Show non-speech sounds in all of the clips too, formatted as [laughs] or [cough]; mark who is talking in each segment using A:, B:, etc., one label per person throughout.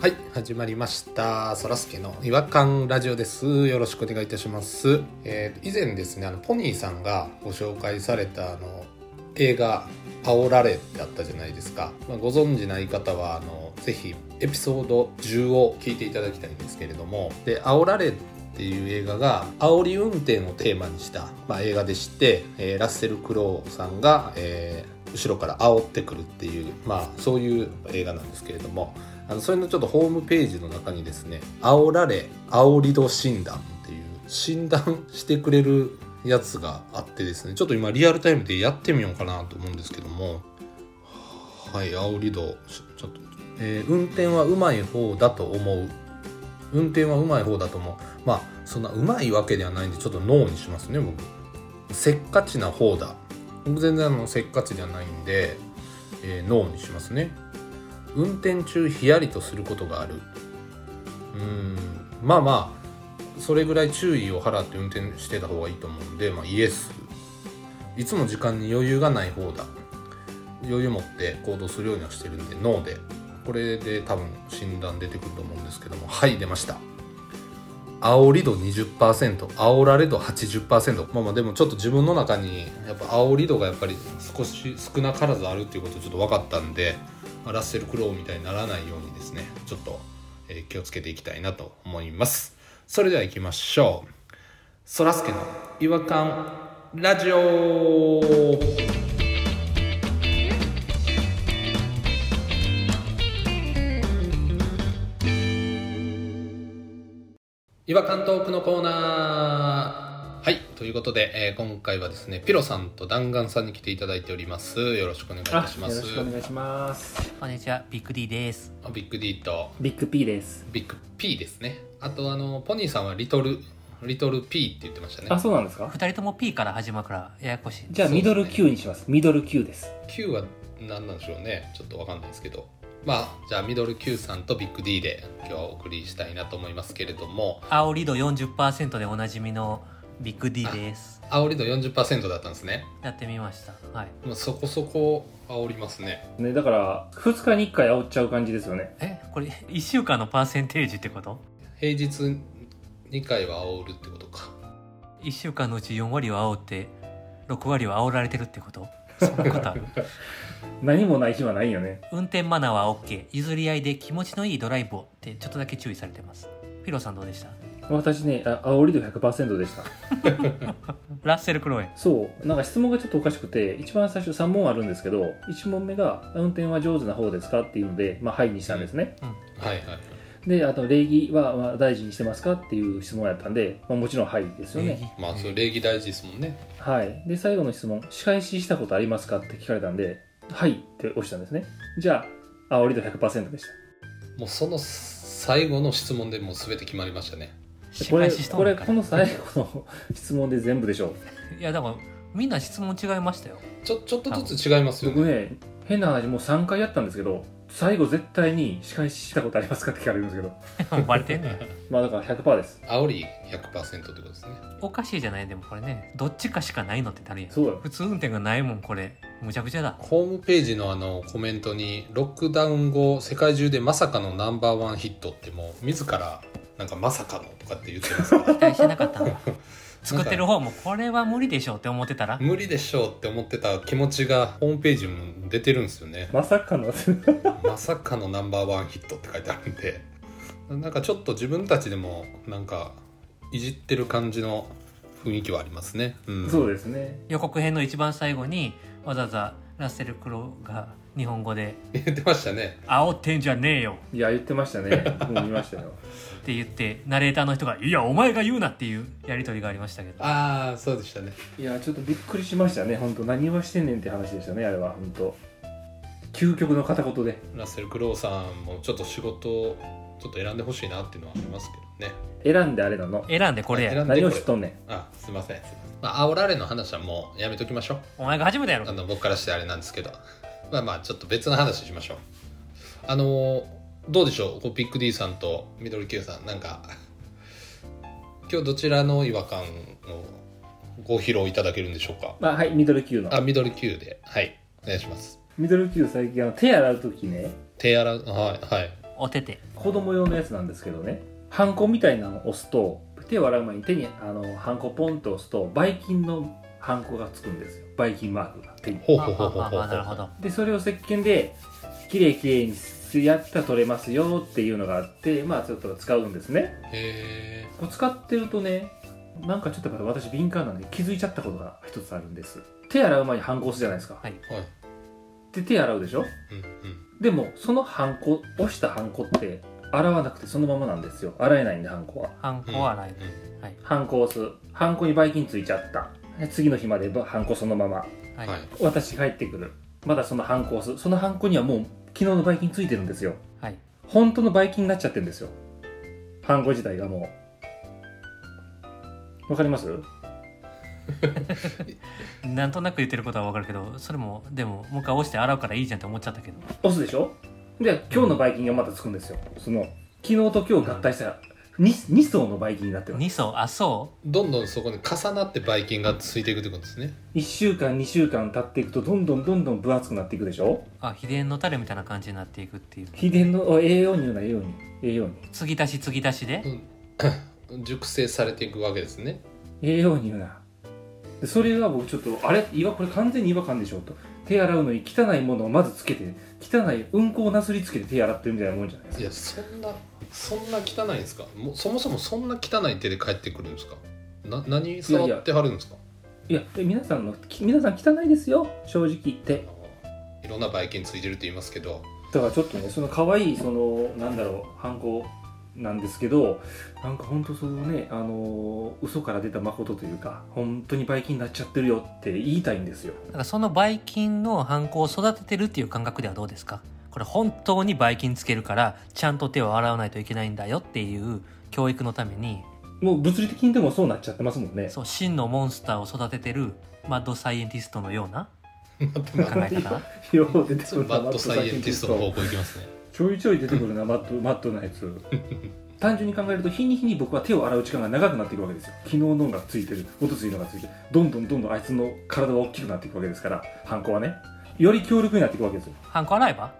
A: はい始まりましたそらすけの違和感ラジオですよろしくお願いいたします、えー以前ですねあのポニーさんがご紹介されたあの映画「煽られ」ってあったじゃないですか、まあ、ご存知ない方はあのぜひエピソード10を聞いていただきたいんですけれどもで煽られっていう映画が煽り運転をテーマにした、まあ、映画でして、えーラッセル・クロウさんが、えー後ろから煽ってくるっていう、まあ、そういう映画なんですけれどもあのそれのちょっとホームページの中にですね「煽られ煽り度診断」っていう診断してくれるやつがあってですねちょっと今リアルタイムでやってみようかなと思うんですけどもはい煽り度ちょちょっと、えー運転はうまい方だと思う」運転はうまい方だと思うまあそんなうまいわけではないんでちょっとノーにしますね僕せっかちな方だ僕全然あのせっかちではないんで、えー、ノーにしますね運転中ヒヤリとすることがあるうーんまあまあそれぐらい注意を払って運転してた方がいいと思うんで、まあ、イエスいつも時間に余裕がない方だ余裕持って行動するようにはしてるんでノーでこれで多分診断出てくると思うんですけどもはい出ました煽り度20%煽られ度80%まあまあでもちょっと自分の中にやっぱ煽り度がやっぱり少し少なからずあるっていうことちょっと分かったんでまあラッセル・クロウみたいにならないようにですねちょっと、えー気をつけていきたいなと思いますそれでは行きましょうそらすけの違和感ラジオ違和感トークのコーナーはいということで、えー今回はですねピロさんと弾丸さんに来ていただいておりますよろしくお願いいたします
B: よろしくお願いします
C: こんにちは、ビッグ D です。
A: あビッグ D と
B: ビッグ P です
A: ビッグ P ですねあとあのポニーさんはリトルリトル P って言ってましたね
B: あそうなんですか
C: 二人とも P から始まるからややこしい。
B: じゃあミドル Q にしますミドル Q です
A: Q は何なんでしょうねちょっとわかんないですけどまあじゃあミドル Q さんとビッグ D で今日はお送りしたいなと思いますけれども
C: 煽り度40%でおなじみのビッグ D です。
A: 煽り度40%だったんですね
C: やってみました。はい。
A: もうそこそこ煽りますね
B: ねだから2日に1回煽っちゃう感じですよね
C: え、これ一週間のパーセンテージってこと
A: 平日2回は煽るってことか
C: 一週間のうち4割は煽って、6割は煽られてるってことそん
B: [laughs]
C: なことある。
B: 何もない日はないよね
C: 運転マナーは OK。譲り合いで気持ちのいいドライブをってちょっとだけ注意されてます。ピロさんどうでした
B: 私ねあ煽り度100%でした
C: ラッセル・クロウエン。
B: そうなんか質問がちょっとおかしくて一番最初3問あるんですけど1問目が「運転は上手な方ですか?」っていうので「まあ、はい」にしたんですね、
A: はいはい
B: であと「礼儀はまあ大事にしてますか?」っていう質問やったんで、まあ、もちろん「はい」ですよね、
A: まあそれ礼儀大事ですもんね
B: はい、で最後の質問「仕返ししたことありますか?」って聞かれたんで「はい」って押したんですねじゃあ煽り度100%でし
A: もうその最後の質問でもう全て決まりましたね
B: た
C: 失
B: これ
C: 敗しと
B: こ
C: んの
B: れ
C: か
B: こ
C: ら。
B: の最後の質問で全部でし [laughs] ょ
C: いや、だからみんな質問違いましたよ。 [laughs]
A: ちょちょっとずつ違います
B: う
A: よ
B: 僕
A: ね
B: ね変な話もう3回やったんですけど最後絶対に「仕返ししたことありますか?」って聞かれるんですけど
C: バレてんねん。
B: まあだから100%です
A: 煽り100%ってことですね
C: おかしいじゃないでもこれねどっちかしかないのってなるやん
B: そうだよ
C: 普通運転がないもんこれむちゃく
A: [laughs]
C: ちゃだ
A: ホームページのあのコメントに「ロックダウン後世界中でまさかのナンバーワンヒット」ってもう自らなんか「まさかの」とかって言ってます
B: [laughs]
A: から
C: 期待してなかったんだ作ってる方もこれは無理でしょうって思ってたら
A: 無理でしょうって思ってた気持ちがホームページにも出てるんですよね
B: まさかの
A: まさかのナンバーワンヒットって書いてあるんでなんかちょっと自分たちでもなんかいじってる感じの雰囲気はありますね、うん、
B: [laughs] そうですね
C: 予告編の一番最後にわざわざラッセル・クロウが日本語で
A: 言ってましたね
C: 「煽ってんじゃねえよ
B: いや言ってましたね僕も見ましたよ」
C: って言ってナレーターの人が「いやお前が言うな」っていうやり取りがありましたけど
A: ああそうでしたね
B: [laughs] いやちょっとびっくりしましたね本当何はしてんねんって話でしたねあれは本当究極の片言で
A: ラッセル・クロウさんもちょっと仕事をちょっと選んでほしいなっていうのはありますけどね
B: 選んであれなの
C: 選んでこれや
A: 選んで
B: 何
A: こ
B: を
A: れ
B: 知っとんねん
A: あすいませんすいませんまあ煽られの話はもうやめときましょう
C: お前が初めてや
A: あ
C: ろ
A: の僕からしてあれなんですけどまあまあちょっと別の話しましょうあのーどうでしょうこうビッグ D さんとミドル Q さんなんか今日どちらの違和感をご披露いただけるんでしょうか
B: あはいミドル級の
A: あミドル Q ではいお願いします
B: ミドル級最近あの手洗う時ね
A: 手洗うはいはい
C: お手手
B: 子供用のやつなんですけどねハンコみたいなのを押すと手を洗う前に手にあのハンコポンと押すとばい菌のハンコがつくんですよばい菌マークが手に
A: ほう
C: あ
A: ほうほうほう
C: あ
A: ほ
C: ああなるほ
A: う
C: ど
B: でそれを石鹸できれいきれいにやったら取れますよっていうのがあってまあちょっと使うんですね
A: へ
B: こう使ってるとねなんかちょっとやっぱ私敏感なんで気づいちゃったことが一つあるんです手洗う前にハンコ押すじゃないですか、
C: はい
A: えはい
B: で手洗うでしょ
A: うん
B: でもそのハンコ押したハンコって洗わなくてそのままなんですよ洗えないんでハンコは
C: ハン
A: うん
C: コは洗い、
A: う
C: はい
B: ハンコ押すハンコにばい菌ついちゃったで次の日までハンコそのまま
C: はい、
A: んはい
B: 私帰ってくるまだそのハンコ押すそのハンコにはもう昨日のばい菌ついてるんですよ
C: はい
B: 本当のばい菌になっちゃってるんですよハンコ自体がもうわかります
C: なんとなく言ってることはわかるけどそれもでももう一回押して洗うからいいじゃんって思っちゃったけど
B: 押すでしょで今日のばい菌がまたつくんですよその昨日と今日合体したら 2, 二層のばい菌になってます
C: 2層あそ
A: どんどんそこに重なってばい菌がついていくってことですね
B: 1週間2週間経っていくとどんどんどんどん分厚くなっていくでしょ
C: うあ秘伝のタレみたいな感じになっていくっていう
B: 秘伝の栄養に言うな栄養に栄養に
C: 継ぎ足し継ぎ足しで
A: 熟成されていくわけですね
B: 栄養に言うなでそれは僕ちょっとあれ岩これ完全に違和感でしょと手洗うのに汚いものをまずつけて汚いうんこをなすりつけて手洗ってるみたいなもんじゃないです
A: い
B: か
A: やそんなそんな汚いんですかもうそもそもそんな汚い手で帰ってくるんですかな何触ってはるんですか
B: いやで皆さんのき皆さん汚いですよ正直言って
A: いろんなばい菌ついてるって言いますけ
B: [laughs]
A: ど
B: だからちょっとねその可愛いそのなんだろうハンコなんですけどなんか本当そのねあのー嘘から出た誠というか本当にばい菌になっちゃってるよって言いたいんですよ
C: なんかそのばい菌のハンコを育ててるっていう感覚ではどうですかこれ本当にばい菌つけるからちゃんと手を洗わないといけないんだよっていう教育のために
B: もう物理的にでもそうなっちゃってますもんね
C: そう真のモンスターを育ててるマッドサイエンティストのような考え
B: [laughs]
C: 方
B: よう出てくるな
A: バッドサイエンティストの方向行きますね
B: ちょいちょい出てくるなマットマットなや
C: [laughs]
B: つ単純に考えると日に日に僕は手を洗う時間が長くなっていくわけですよ昨日のがついてるおとついのがついてるどんどんどんどんあいつの体は大きくなっていくわけですからハンコはねより強力になっていくわけですよ
C: ハンコ洗えば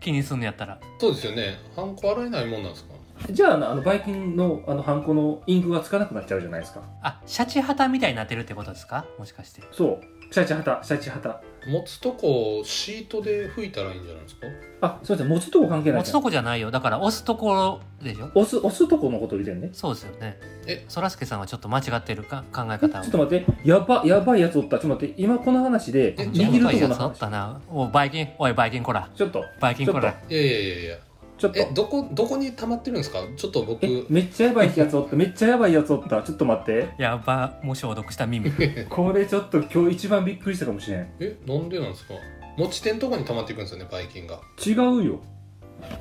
C: 気にすんのやったら
A: そうですよねハンコ洗えないもんなんですか
B: じゃああのあのバイキンのあのハンコのインクがつかなくなっちゃうじゃないですか
C: あシャチハタみたいになってるってことですかもしかして
B: そうシャチハタシャチハタ
A: 持つとこをシートで拭いたらいいんじゃないですか
B: あすいません持つとこ関係ない
C: 持
B: じ
C: つ
B: ゃん
C: とこじゃないよだから押すところでしょ
B: 押す押すとこのこと言ってんね
C: そうですよね
A: え
C: そらすけさんはちょっと間違ってるか考え
B: ちょっ
C: 方を
B: と待ってやばやばいやつおったちょっと待って今この話で
A: え
C: ちょっ
B: 握
C: とやば
B: る
C: い
B: とこ
C: や
B: の
C: つあっ
B: 話
C: たなおいバイキンおいバイキンこら
B: ちょっと
C: バイキンこ
B: ちょ
C: ら
B: っと
A: いやいやいやいや
B: ちょっと
A: えどこどこに溜まってるんですかちょっと僕
B: えめっちゃやばいやつおっためっちゃやばいやつおったちょっと待って
C: やばもう消毒した耳
B: これちょっと今日一番びっくりしたかもしれん
A: えなんでなんですか持ち手のとこに溜まっていくんですよねばい菌が
B: 違うよ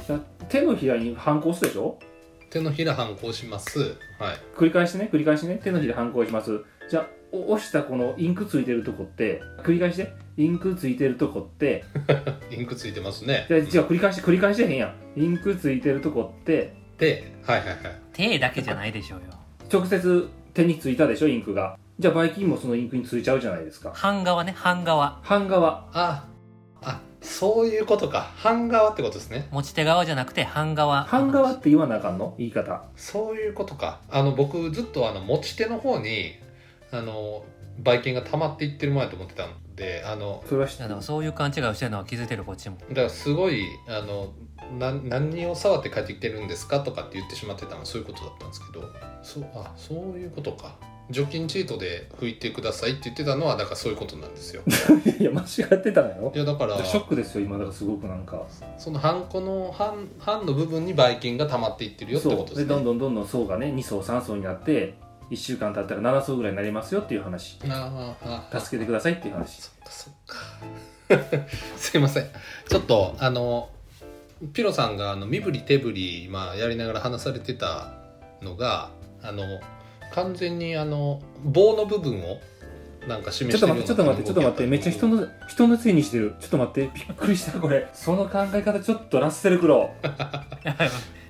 B: だ手のひらに反抗するでしょ
A: 手のひらハンコ押しますはい
B: 繰り返してね繰り返してね手のひら反抗しますじゃあお押したこのインクついてるとこって繰り返してインクついてるとこって
A: インクついてますね
B: じゃあ違う繰り返して繰り返してへんやんインクついてるとこって
A: ではいはいはい
C: 手だけじゃないでしょうよ
B: 直接手についたでしょインクがじゃあバイキンもそのインクについちゃうじゃないですか
C: 半側ね半側
B: 半側
A: ああそういうことか半側ってことですね
C: 持ち手側じゃなくて半側
B: 半側って言わなあかんの言い方
A: そういうことかあの僕ずっとあの持ち手の方にあのばい菌が溜まっていってるもんやと思ってたんであの
B: それは知っ
C: い
B: て
C: や
B: る
C: でもそういう勘違いをしてるのは気づいてるこっちも [laughs]
A: だからすごいあのな何を触って帰ってきてるんですかとかって言ってしまってたのはそういうことだったんですけどそうあそういうことか除菌チートで拭いてくださいって言ってたのはだからそういうことなんですよ
B: [laughs] いや間違ってたのよ
A: いやだから
B: ショックですよ今だからすごくなんか
A: そのハンコのハンハンの部分にばい菌が溜まっていってるよって
B: そ
A: こ
B: う
A: とで
B: です
A: ね
B: どんどんどんどん層がね2層3層になって1週間経ったら7層ぐらいになりますよっていう話
A: あーあーあー
B: 助けてくださいっていう話
A: [laughs] そっかそっかすいませんちょっとあのピロさんがあの身振り手振り、今やりながら話されてたのがあの完全にあの棒の部分をなんか
B: ち
A: 示
B: ょっ
A: して
B: と
A: る
B: 待ってちょっと待ってちょっと待ってめっちゃ人
A: の
B: の人のせいにしてるちょっと待ってびっくりしたこれその考え方ちょっとラッセルクロ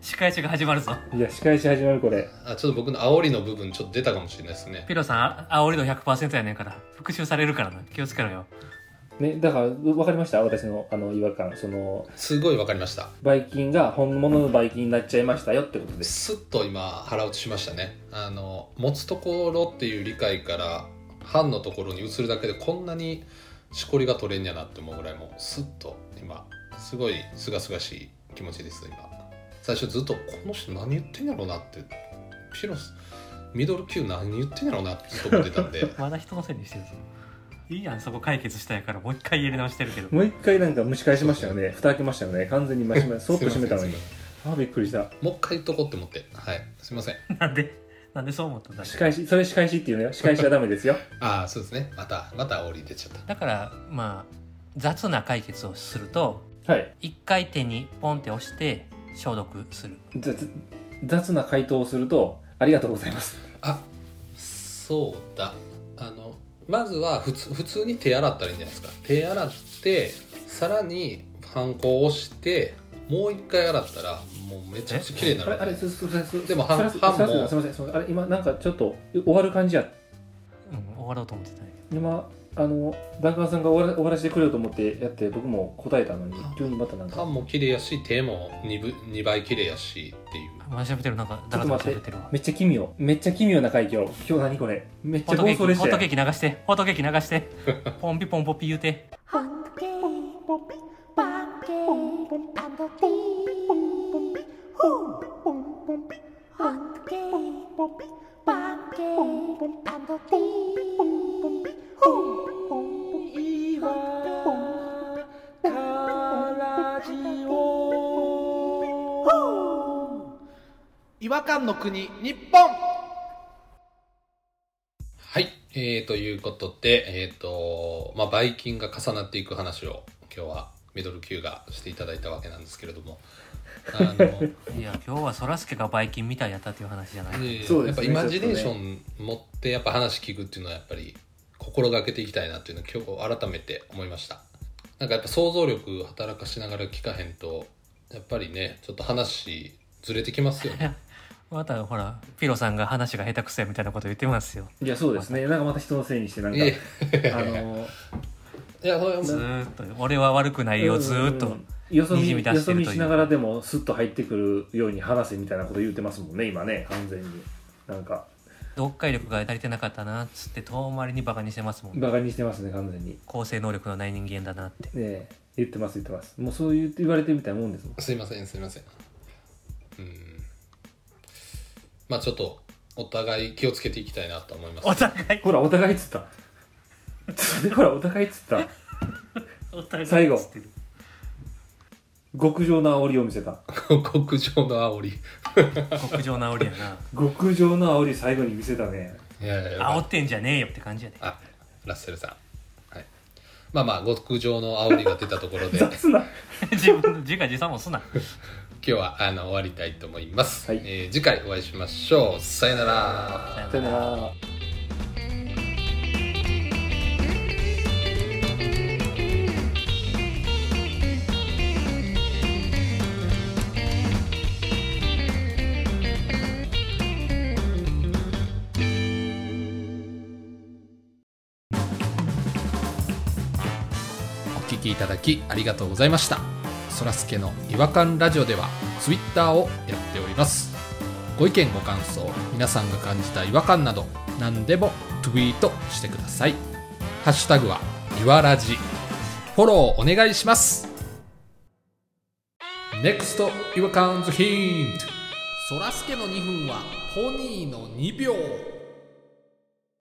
C: 司会中が始まるぞ
A: [laughs]
B: ウいや仕返し始まるこれ
A: あちょっと僕の煽りの部分ちょっと出たかもしれないですね
C: ピロさんあ煽りの100%やねんから復讐されるからな気をつけろよ
B: ね、だから分かりました私のあの違和感その
A: すごいわかりました
B: バイキンが本物のバイキンになっちゃいましたよってことで
A: す
B: す
A: っと今腹落ちしましたねあの持つところっていう理解から半のところに移るだけでこんなにしこりが取れんやなって思うぐらいもうすっと今すごい清々しい気持ちです今最初ずっとこの人何言ってんやろうなってピロスミドル級何言ってんやろうなってずっと思ってたんで
C: まだ人のせいにしてるぞいいやんそこ解決したいからもう一回やり直してるけど
B: もう一回なんか蒸し返しましたよね蓋開けましたよね完全に真 [laughs] [laughs] 面目そっと閉めたのに
A: すいま
B: あびっくりした
A: もう一回言っとこうって思ってはいすいません
C: [laughs] なんでなんでそう思ったんだ
B: 仕返しそれ仕返しっていうのよ仕返しはダメですよ
A: ああそうですねまたまた折り出ちゃった
C: だからまあ雑な解決をすると
B: [laughs] はい
C: 一回手にポンって押して消毒する
B: 雑雑な回答をするとありがとうございます
A: あそうだあのまずは普通普通に手洗ったらいいんじゃないですか手洗ってさらにハンコを押してもう一回洗ったらもうめちゃくちゃ綺麗にな
B: あれ
A: る
B: あれすすすす
A: でも
B: すら
A: 半
B: す
A: 半
B: すらす
A: も
B: すみませんすみませんあれ今なんかちょっと終わる感じや
C: うん終わろうと思ってたんや
B: 今あのダンカンさんが終わら終わらせてくれよと思ってやって僕も答えたのに
A: あ
B: 急にまたなん
A: 歯
B: か
A: も綺麗やし手も 2, 分2倍綺麗やしっていう
C: けどまだ喋ってるなんかだらだら喋ってるわ
B: めっちゃ奇妙めっちゃ奇妙な会議を今日何これめっち
C: ホ
B: ゃ
C: ットケ
B: 暴
C: ーキ
B: 走
C: ホ
B: 列車
C: ット
B: や
C: ケーキ流してホットケーキ流してポンピポンポピ言うて
D: Hungry,
E: 違和感の国日本
A: はい、えー、ということでえっ、とまあばい菌が重なっていく話を今日はミドル級がしていただいたわけなんですけれどもあの
C: いや今日はそらすけがバイキンみたいやったっていう話じゃない、
A: ね
B: そう
A: や
B: で
A: っ
B: す
A: ぱ
B: ね
A: イマジネーション持ってやっぱ話聞くっていうのはやっぱり心がけていきたいなっていうのを今日改めて思いましたなんかやっぱ想像力働かしながら聞かへんとやっぱりねちょっと話ずれてきますよね
C: またほらピロさんが話が下手くそやみたいなこと言ってますよ
B: いやそうですねなんかまた人のせいにして [laughs] なん
A: い
B: か
A: やい [laughs]
B: あの
A: やそれはも
C: ず
A: う
C: ーっと俺は悪くないよずーっ
B: う
C: と
B: んよそ
C: にじ
B: 見
C: み出
B: よ
C: して
B: そ
C: るという
B: 見しながらでもスッと入ってくるように話せみたいなこと言ってますもんね今ね完全になんか
C: 読解力が足りてなかったなっつって遠回りにバカにしてますもん
B: バカにしてますね完全にね
C: 構成能力のない人間だなって
B: え言ってます言ってますもうそう言って言われてるみたいなもんですもん
A: すいませんすいませんうんまあちょっとお互い気をつけていきたいなと思います
C: お互い
B: ほらお互いっつった [laughs] それほらお互いっつった
C: お互い
B: 最後
C: っつってる
B: 極上の煽りを見せた
A: [laughs] 極上の煽り
C: 極上の煽り [laughs] やな
B: 極上の煽り最後に見せたね
A: いやいやいや
C: 煽ってんじゃねえよって感じやで [laughs]
A: あラッセルさん、はい、まあまあ極上の煽りが出たとこ
B: [laughs]
A: ろで今
B: 雑な
C: 自分の自画自賛もすな
A: 日はあの終わりたいと思います、
B: はい
A: えー次回お会いしましょうさよなら
C: さよな
B: さよ
C: ら
B: なら
A: お聞きいただきありがとうございましたそらすけの違和感ラジオではツイッターをやっておりますご意見ご感想皆さんが感じた違和感など何でもツイートしてくださいハッシュタグはいわらじフォローお願いします NEXT 違和感ズヒントそらすけの2分はポニーの2秒